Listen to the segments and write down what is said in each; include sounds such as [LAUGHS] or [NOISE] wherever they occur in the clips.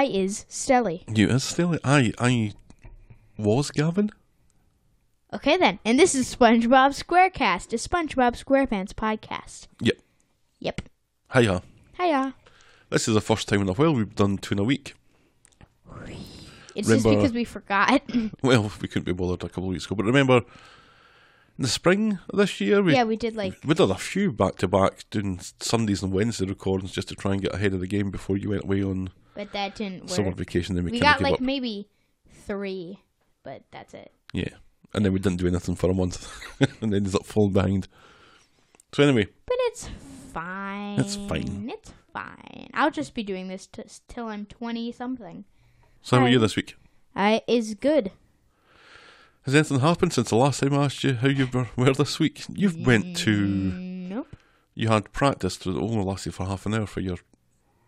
is Stelly. You are still. I. I was Gavin. Okay, then. And this is SpongeBob SquareCast, a SpongeBob SquarePants podcast. Yep. Yep. Hiya. Hiya. This is the first time in a while we've done two in a week. It's just Remember- because we [LAUGHS] forgot. [LAUGHS] Well, we couldn't be bothered a couple of weeks ago, but remember, in the spring of this year, we yeah, we did like we did a few back to back, doing Sundays and Wednesday recordings just to try and get ahead of the game before you went away on but that didn't work. summer vacation. Then we, we kind got of like up. maybe three, but that's it. yeah, and then we didn't do anything for a month, [LAUGHS] and then ended up falling behind. So anyway, But it's fine. It's fine. It's fine. I'll just be doing this t- till I'm 20 something. so how are Hi. you this week? I is good. Has anything happened since the last time I asked you how you were, were this week? You've went to Nope. you had practice that only lasted for half an hour for your.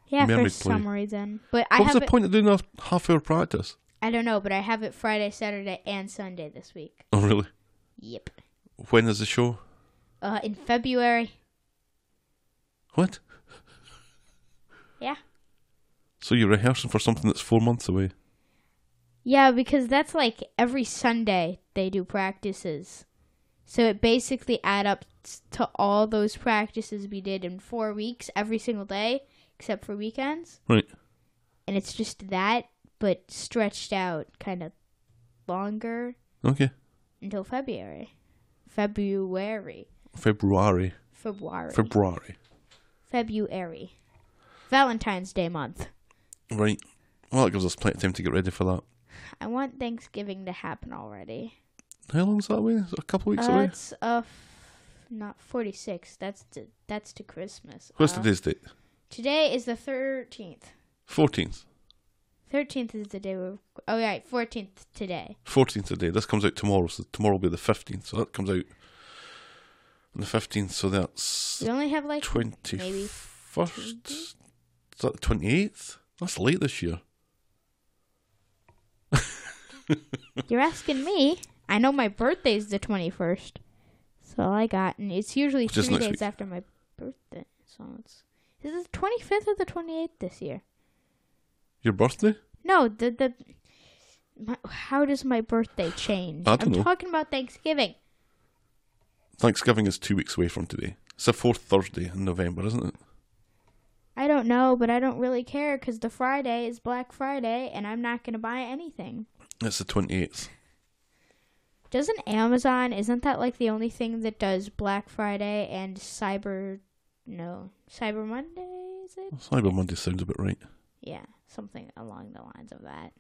Yeah, for Memory play. some reason. But I What was have the it, point of doing a half hour practice? I don't know, but I have it Friday, Saturday, and Sunday this week. Oh really? Yep. When is the show? Uh, in February. What? Yeah. So you're rehearsing for something that's four months away? Yeah, because that's like every Sunday they do practices. So it basically add up s- to all those practices we did in 4 weeks every single day except for weekends. Right. And it's just that but stretched out kind of longer Okay. until February. February. February. February. February. February. Valentine's Day month. Right. Well, that gives us plenty of time to get ready for that. I want Thanksgiving to happen already. How long's that away? Is it a couple of weeks Uh, away? it's uh, f- not forty six. That's to, that's to Christmas. What's Uh, today's date? Today is the thirteenth. 14th. Thirteenth is the day we're. Oh yeah, fourteenth today. 14th today. This comes out tomorrow, so tomorrow will be the 15th. So that comes out on the 15th, so that's We only have like 21st? Is that the 28th? That's late this year. you're asking me. I know my birthday's the twenty first. That's all I got, and it's usually Which is three next days week. after my birthday. So it's is it the twenty fifth or the twenty eighth this year? Your birthday? No, the the. My, how does my birthday change? I don't am know. talking about Thanksgiving. Thanksgiving is two weeks away from today. It's the fourth Thursday in November, isn't it? I don't know, but I don't really care because the Friday is Black Friday and I'm not going to buy anything. It's the 28th. Doesn't Amazon, isn't that like the only thing that does Black Friday and Cyber. No, Cyber Monday, is it? Cyber Monday sounds about right. Yeah, something along the lines of that.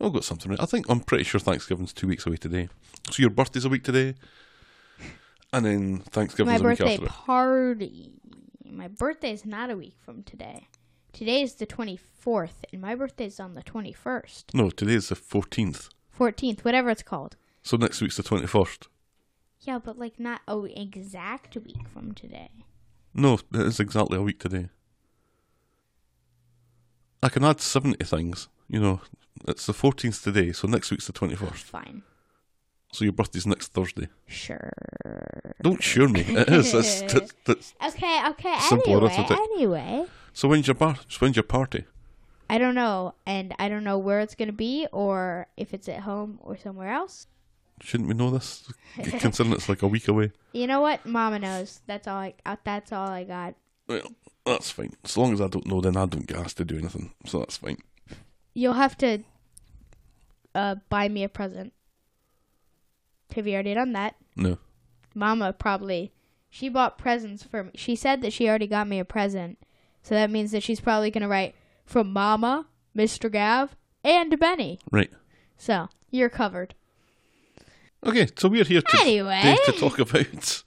I've got something right. I think I'm pretty sure Thanksgiving's two weeks away today. So your birthday's a week today, and then My Thanksgiving's a week birthday after it. party. My birthday is not a week from today. Today is the 24th, and my birthday is on the 21st. No, today's the 14th. 14th, whatever it's called. So next week's the 21st. Yeah, but like not a exact week from today. No, it is exactly a week today. I can add 70 things. You know, it's the 14th today, so next week's the 21st. Fine. So your birthday's next Thursday. Sure. Don't sure me. It is. [LAUGHS] It's, it's, it's, Okay, okay. Simple anyway, arithmetic. anyway, so when's your bar? When's your party? I don't know, and I don't know where it's gonna be, or if it's at home or somewhere else. Shouldn't we [LAUGHS] know this? Considering it's like a week away. You know what? Mama knows. That's all. I, uh, that's all I got. Well, that's fine. As long as I don't know, then I don't get asked to do anything. So that's fine. You'll have to uh, buy me a present. Have you already done that? No. Mama probably. She bought presents for me. She said that she already got me a present. So that means that she's probably going to write from Mama, Mr. Gav, and Benny. Right. So you're covered. Okay, so we're here to, Anyway. today to talk about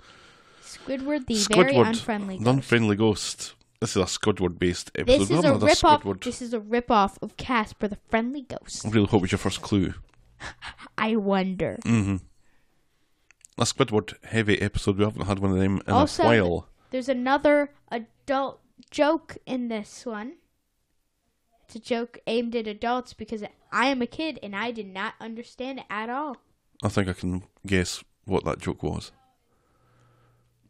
Squidward, the very Squidward, unfriendly. the unfriendly ghost. This is a Squidward-based episode. This We is a haven't had rip-off. Squidward. Mm. This is a rip-off of Casper the Friendly Ghost. Really, what was your first clue? I wonder. Mm. Mm-hmm. A Squidward heavy episode. We haven't had one of them in Also- a while. There's another adult joke in this one. It's a joke aimed at adults because I am a kid and I did not understand it at all. I think I can guess what that joke was.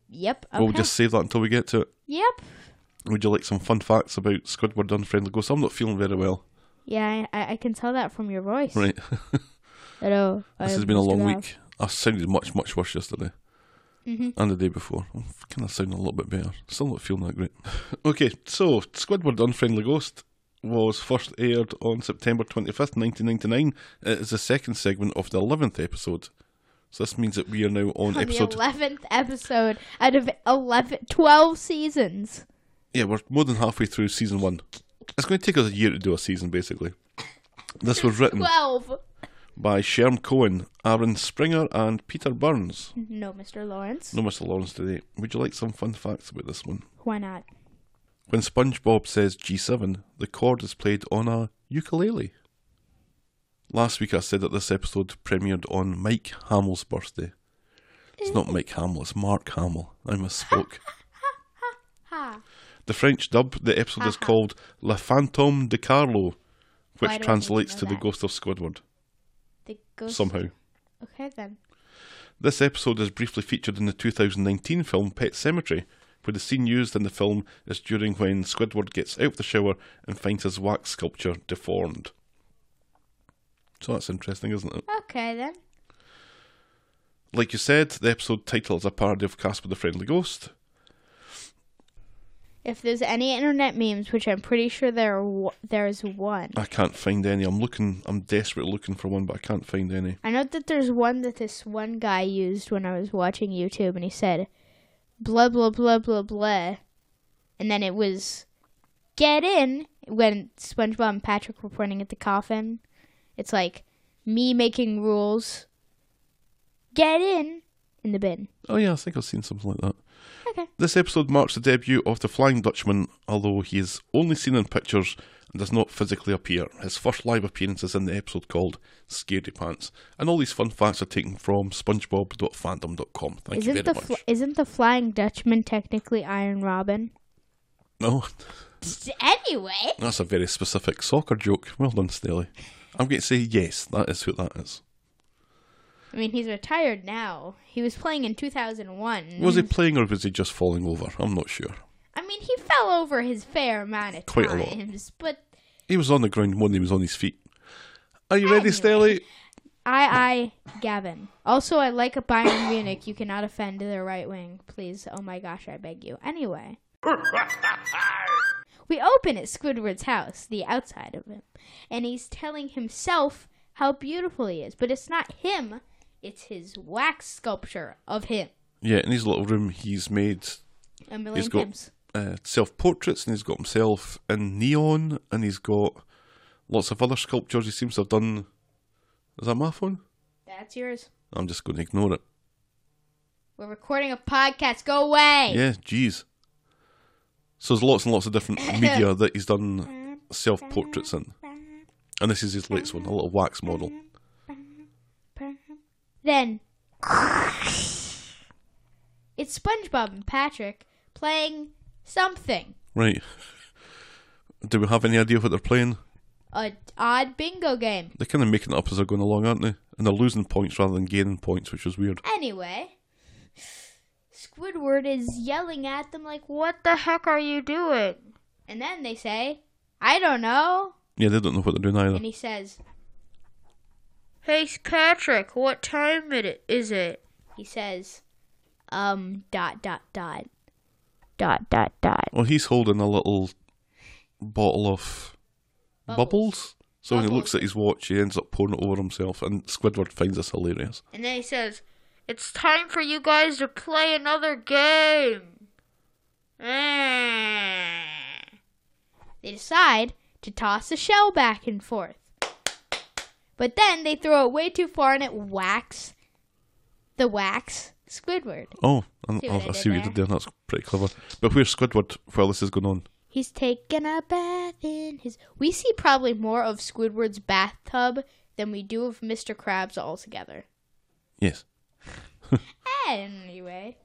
Yep. Okay. But We'll just save that until we get to it. Yep. Would you like some fun facts about Squidward unfriendly ghost? I'm not feeling very well. Yeah, I- I, I can tell that from your voice. oh, Right. Hello. This has been a long week. I sounded much, much worse yesterday hmm and the day before. I'm kind of sounding a little bit better. Still not feeling that great. [LAUGHS] okay, so Squidward Unfriendly Ghost was first aired on September 25th, 1999. It is the second segment of the 11th episode. So this means that we are now on, On episode. the 11th episode out of 11, 12 seasons. yeah, we're more than halfway through season one. It's going to take us a year to do a season, basically. This was written 12. by Sherm Cohen, Aaron Springer, and Peter Burns. No, Mr. Lawrence. No Mr. Lawrence today. Would you like some fun facts about this one? Why not? When SpongeBob says G7, the chord is played on a ukulele. Last week I said that this episode premiered on Mike Hamill's birthday. It's not Mike Hamill, it's Mark Hamill. [LAUGHS] I misspoke. Ha. the French dub, the episode is called La Fantôme de Carlo, Uh-huh. Why do I which need to translates know to The that? Ghost of Squidward, The ghost. somehow. Okay, then. This episode is briefly featured in the 2019 film Pet Cemetery, where the scene used in the film is during when Squidward gets out of the shower and finds his wax sculpture deformed. So that's interesting, isn't it? Okay, then. Like you said, the episode title is a parody of Casper the Friendly Ghost. If there's any internet memes, which I'm pretty sure there are, wo- there's one. I can't find any. I'm looking, I'm desperately looking for one, but I can't find any. I know that there's one that this one guy used when I was watching YouTube, and he said, blah, blah, blah, blah, blah. And then it was, get in, when SpongeBob and Patrick were pointing at the coffin. It's like, me making rules, get in, in the bin. Oh, yeah, I think I've seen something like that. Okay. This episode marks the debut of the Flying Dutchman, although he is only seen in pictures and does not physically appear. His first live appearance is in the episode called Scaredy Pants. And all these fun facts are taken from spongebob.fandom.com. Thank you very isn't the much. fl- isn't the Flying Dutchman technically Iron Robin? no, Anyway, that's a very specific soccer joke. Well done, Staley. I'm going to say yes, that is who that is. I mean he's retired now. He was playing in 2001. Was he playing or was he just falling over? I'm not sure. I mean he fell over his fair amount of Quite a lot. times, but He was on the ground when he was on his feet. Are you ready, Anyway. Staley? I I Gavin. Also, I like a Bayern Munich. You cannot offend their right wing, please. Oh my gosh, I beg you. [LAUGHS] Anyway. we open at Squidward's house, the outside of him, and he's telling himself how beautiful he is. But it's not him, it's his wax sculpture of him. Yeah, in his little room, he's made A million He's got- times. uh, self portraits and he's got himself in neon and he's got lots of other sculptures he seems to have done. Is that my phone? That's yours. I'm just going to ignore it. We're recording a podcast. Go away. Yeah, jeez. So there's lots and lots of different media that he's done self portraits in. And this is his latest one, a little wax model. Then [LAUGHS] it's SpongeBob and Patrick playing something. Right. Do we have any idea what they're playing? A odd bingo game. They're kind of making it up as they're going along, aren't they? And they're losing points rather than gaining points, which is weird. Anyway, Squidward is yelling at them like, "What the heck are you doing?" And then they say, "I don't know." Yeah, they don't know what they're doing either. And he says, "Hey Patrick, what time it is it?" He says, "Um dot dot dot dot dot dot." Well, he's holding a little bottle of bubbles. So when he Bubbles. looks at his watch, he ends up pouring it over himself, and Squidward finds this hilarious. And then he says, It's time for you guys to play another game. They decide to toss the shell back and forth. But then they throw it way too far and it whacks the wax Squidward. Oh, and See I, what I I did see what you there? did there. That's pretty clever. But where's Squidward while this is going on? He's taking a bath in his. We see probably more of Squidward's bathtub than we do of Mr. Krabs altogether. Yes. Anyway,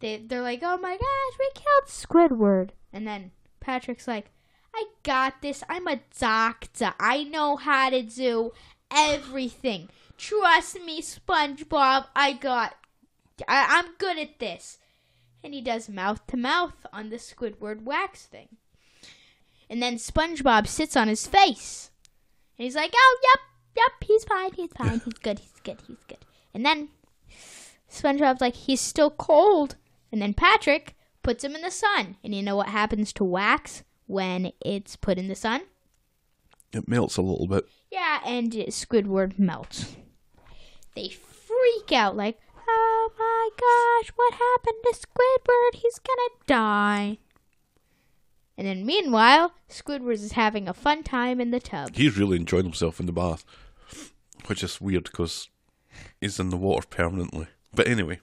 they they're like, "Oh my gosh, we killed Squidward!" And then Patrick's like, "I got this. I'm a doctor. I know how to do everything. Trust me, SpongeBob. I got. I, I'm good at this." And he does mouth to mouth on the Squidward wax thing. and then SpongeBob sits on his face. And he's like, "Oh, yep, yep, he's fine, he's fine, he's good, he's good, he's good." And then SpongeBob's like, "He's still cold." And then Patrick puts him in the sun. And you know what happens to wax when it's put in the sun? It melts a little bit. Yeah, and uh, Squidward melts. They freak out like, "Oh my gosh, what happened to Squidward? He's gonna die." And then meanwhile, Squidward is having a fun time in the [CLEARS THROAT] tub. He's really enjoying himself in the bath, which is weird because he's in the water permanently. But anyway,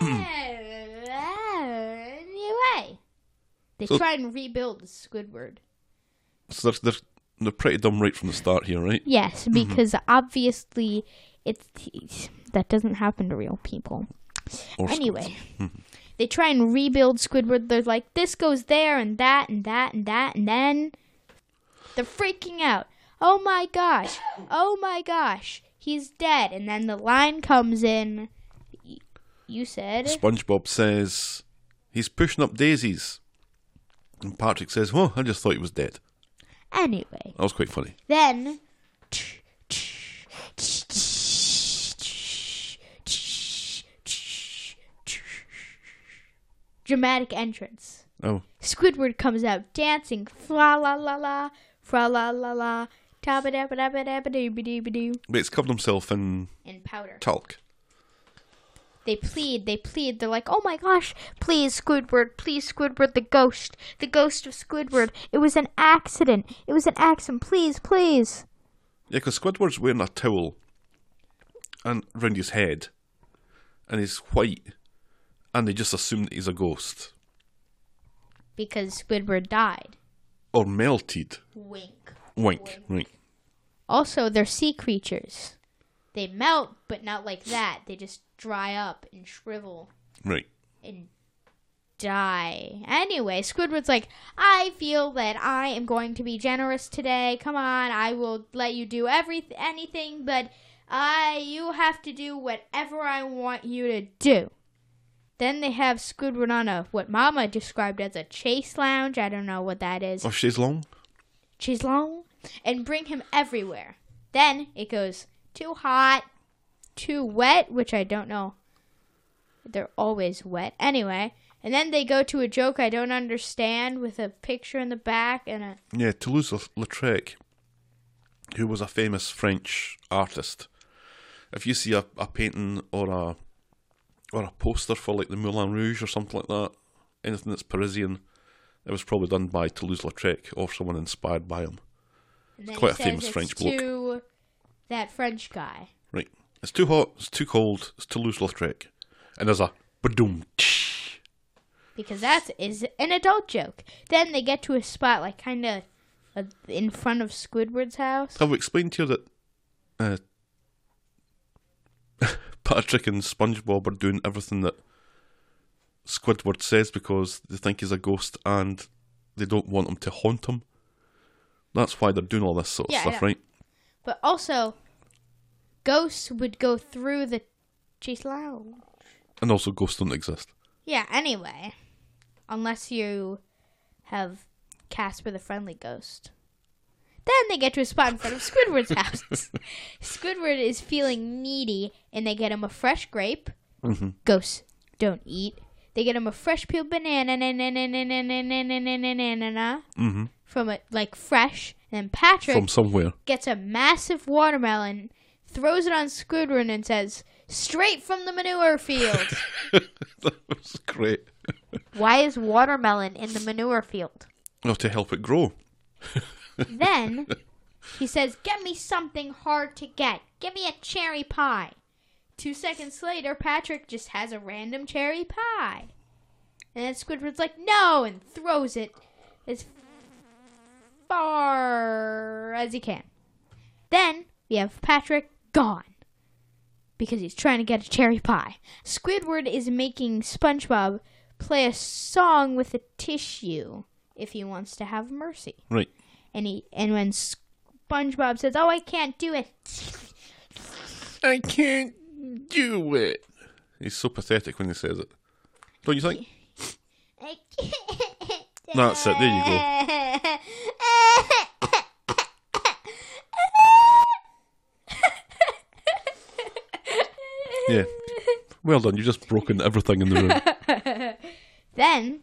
anyway, they So- try and rebuild Squidward. so they're, they're, they're pretty dumb right from the start here, right? Yes, because obviously it's that doesn't happen to real people. Or squ- Anyway, they try and rebuild Squidward. They're like, this goes there and that and that and that, and then they're freaking out. Oh my gosh! Oh my gosh! He's dead. And then the line comes in. Y- You said SpongeBob says he's pushing up daisies. And Patrick says, Oh, I just thought he was dead. anyway. That was quite funny. Then. Dramatic entrance. Oh, Squidward comes out dancing. Fra la la la. Fra la la la. Tabba dabba dabba dabba dooba dooba doo. but he's covered himself in And powder. talc. They plead, they plead. They're like, oh my gosh, please, Squidward, please, Squidward, the ghost, the ghost of Squidward. It was an accident. It was an accident. Please, please. Yeah, because Squidward's wearing a towel and round his head, and he's white, and they just assume that he's a ghost Because Squidward died. or melted. Wink. Wink, wink. Also, they're sea creatures. They melt, but not like that. They just dry up and shrivel Right. and die. Anyway, Squidward's like, I feel that I am going to be generous today. Come on, I will let you do every anything, but I you have to do whatever I want you to do. Then they have Squidward on a what Mama described as a chase lounge. I don't know what that is. Oh, she's long. She's long and bring him everywhere. Then it goes too hot, too wet, which I don't know. They're always wet. Anyway, and then they go to a joke I don't understand with a picture in the back and a Yeah, Toulouse-Lautrec, who was a famous French artist. If you see a, a painting or a or a poster for like the Moulin Rouge or something like that, anything that's Parisian, it was probably done by Toulouse-Lautrec or someone inspired by him. and then Quite he a says famous it's French bloke. to that French guy. Right. It's too hot, it's too cold, it's Toulouse-Lautrec. And there's a badoom. because that is an adult joke. Then they get to a spot like kind of uh, in front of Squidward's house. Have we explained to you that uh, [LAUGHS] Patrick and SpongeBob are doing everything that Squidward says because they think he's a ghost and they don't want him to haunt him? That's why they're doing all this sort of Yeah, I stuff, know. right? But also, ghosts would go through the cheese lounge. And also, ghosts don't exist. Yeah, anyway. Unless you have Casper the Friendly Ghost. Then they get to a spot in front of Squidward's house. [LAUGHS] Squidward is feeling needy, and they get him a fresh grape. Ghosts don't eat. They get him a fresh peeled banana hmm from it, like fresh. And then Patrick From somewhere. [LAUGHS] gets a massive watermelon, throws it on Squidward, and says, "Straight from the manure field." that was great. [LAUGHS] Why is watermelon in the manure field? Oh, to help it grow. Then he says, Get me something hard to get. Give me a cherry pie. Two seconds later, Patrick just has a random cherry pie. And then Squidward's like, No, and throws it as far as he can. Then we have Patrick gone because he's trying to get a cherry pie. Squidward is making SpongeBob play a song with a tissue if he wants to have mercy Right. and he and when SpongeBob says, "Oh, I can't do it," I can't do it. He's so pathetic when he says it. Don't you think? I can't. That's it, there you go. [LAUGHS] Well done. You've just broken everything in the [LAUGHS] room. Then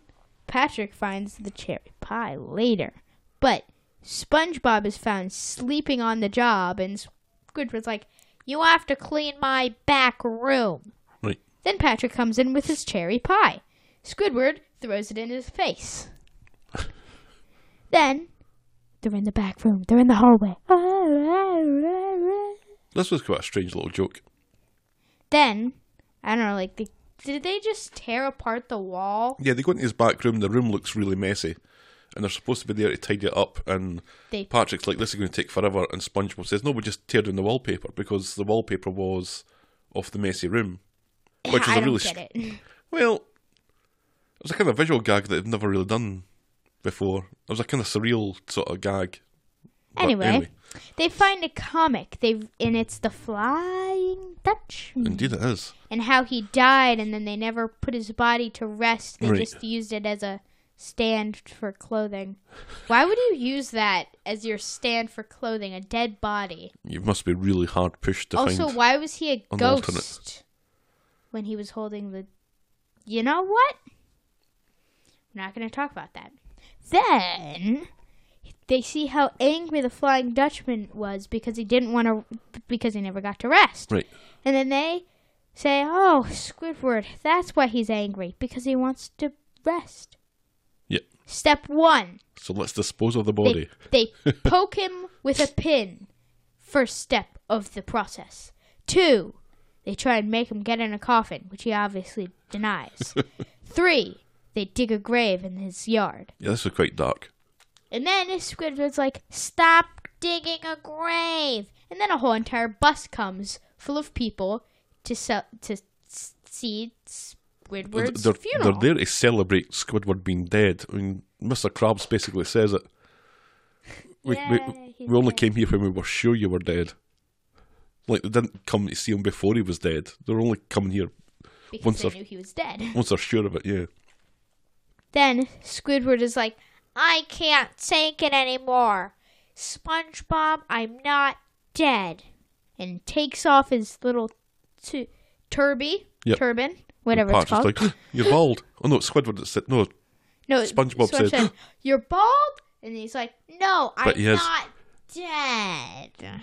Patrick finds the cherry pie later, but SpongeBob is found sleeping on the job, and Squidward's like, "You have to clean my back room." Right. Then Patrick comes in with his cherry pie. Squidward throws it in his face. then they're in the back room. They're in the hallway. This was quite a strange little joke. then I don't know, like they, did they just tear apart the wall? Yeah, they go into his back room. The room looks really messy, and they're supposed to be there to tidy it up. And They Patrick's like, "This is going to take forever." And SpongeBob says, "No, we just tear down the wallpaper because the wallpaper was off the messy room." Which is I a don't really get str- it. Well, it was a kind of visual gag that they've never really done before. It was a kind of surreal sort of gag. But Anyway, they find a comic. They and it's the Flying Dutchman indeed it is. and how he died, and then they never put his body to rest. They Right. just used it as a stand for clothing. Why would you use that as your stand for clothing? A dead body. You must be really hard pushed to also, find. why was he a on the alternate. ghost when he was holding the? You know what? We're not going to talk about that. Then they see how angry the Flying Dutchman was because he didn't want to, because he never got to rest. Right. And then they say, "Oh, Squidward, that's why he's angry because he wants to rest." Yep. Step one: So let's dispose of the they, body. they poke him with a pin. First step of the process. Two, they try and make him get in a coffin, which he obviously denies. Three, they dig a grave in his yard. Yeah, this was quite dark. And then Squidward's like, stop digging a grave. And then a whole entire bus comes full of people to sell, to s- see Squidward's they're, funeral. they're there to celebrate Squidward being dead. I mean, Mr. Krabs basically says it. We, Yay, we, he's we only dead. came here when we were sure you were dead. Like, they didn't come to see him before he was dead. They're only coming here because once they they're- knew he was dead. [LAUGHS] once they're sure of it, yeah. Then Squidward is like, I can't take it anymore. SpongeBob, I'm not dead. And takes off his little tu- turby, Yep. turban, whatever it's Pat's called. just like, [GASPS] you're bald. Oh no, it's Squidward that said, no, no, SpongeBob said- You're bald? And he's like, No, I'm But he has- not dead.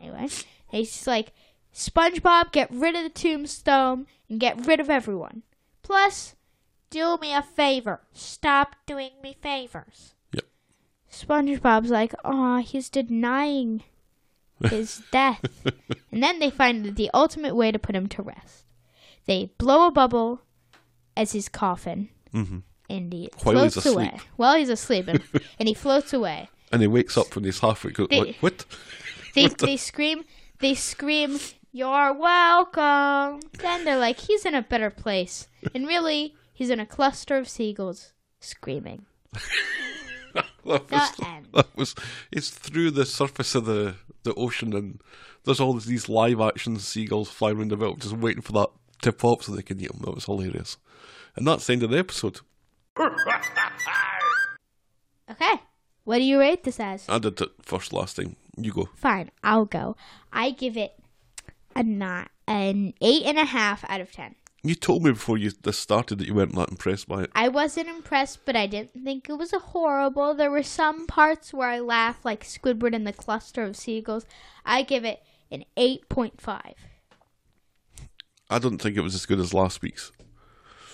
Anyway, he's like, SpongeBob, get rid of the tombstone and get rid of everyone. Plus, do me a favor. Stop doing me favors. Yep. SpongeBob's like, aw, he's [LAUGHS] denying his death. And then they find the ultimate way to put him to rest. They blow a bubble as his coffin, Mhm. and he While he's floats away. asleep. While he's asleep, [LAUGHS] and, and he floats away. and he wakes up when he's halfway, goes, like, what? They they scream, they scream, "You're welcome." Then they're like, "He's in a better place," and really, he's in a cluster of seagulls screaming. That The [LAUGHS] was, end. that was, it's through the surface of the, the ocean and there's all these live action seagulls flying around about just waiting for that to pop so they can eat them. That was hilarious. And that's the end of the episode. Okay, what do you rate this as? I did it first last time. You go. Fine, I'll go. I give it a not an eight and a half out of ten. You told me before you this started that you weren't that impressed by it. I wasn't impressed, but I didn't think it was a horrible. There were some parts where I laughed, like Squidward and the cluster of seagulls. I give it an 8.5. I don't think it was as good as last week's.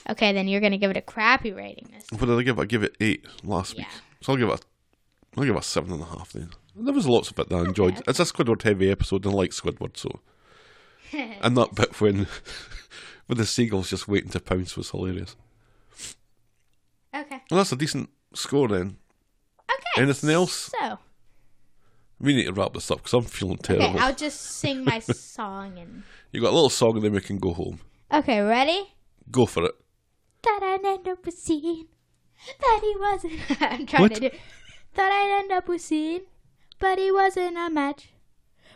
Okay, then you're going to give it a crappy rating. This. What did I give? it? I give it eight last week. Yeah. So I'll give it. A, I'll give it a seven and a half. Then there was lots of it that I enjoyed. It's a Squidward heavy episode, and I like [LAUGHS] Squidward so. and that bit when, [LAUGHS] when the seagulls just waiting to pounce was hilarious. Okay. Well, that's a decent score then. Okay. Anything else? So, We need to wrap this up because I'm feeling okay, terrible. I'll just sing [LAUGHS] my song and. you got a little song, and then we can go home. Okay, ready? Go for it. Thought I'd end up with Sean, but he wasn't. [LAUGHS] I'm trying What? to do. Thought I'd end up with Sean, but he wasn't a match.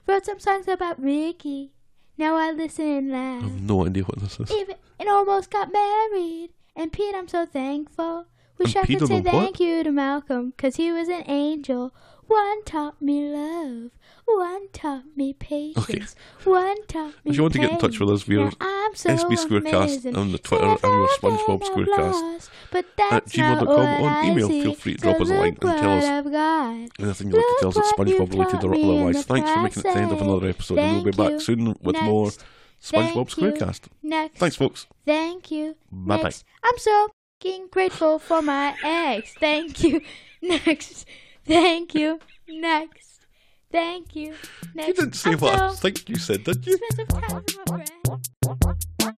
Wrote some songs about Ricky. Now I listen and laugh. I have no idea what this is. even and almost got married. And Pete, I'm so thankful. Wish And I Pete could say on the what? thank you to Malcolm, 'cause he was an angel. One taught me love. One taught me patience. One taught me If you want to get in touch with us, we pain. are Now I'm so SB Squarecast amazing. on the Twitter Said and we're I've been SpongeBob Squarecast lost, but that's gmail not dot com what on I email. see. Feel free to So drop us a line look and tell us what I've got. Anything you'd like to tell us that's Look what you SpongeBob related or taught me in otherwise. the Thanks for making it to the end of process. another episode, and we'll be Thank back you. soon with Next. more SpongeBob Thank you. Squarecast. Next. Thanks, folks. Thank you. Bye-bye. Next. I'm so fucking grateful for my ex. Thank you. [LAUGHS] Next. Thank you. Next. Thank you. Next. You didn't say I'm what I so think you said, did you? expensive crap in my brain.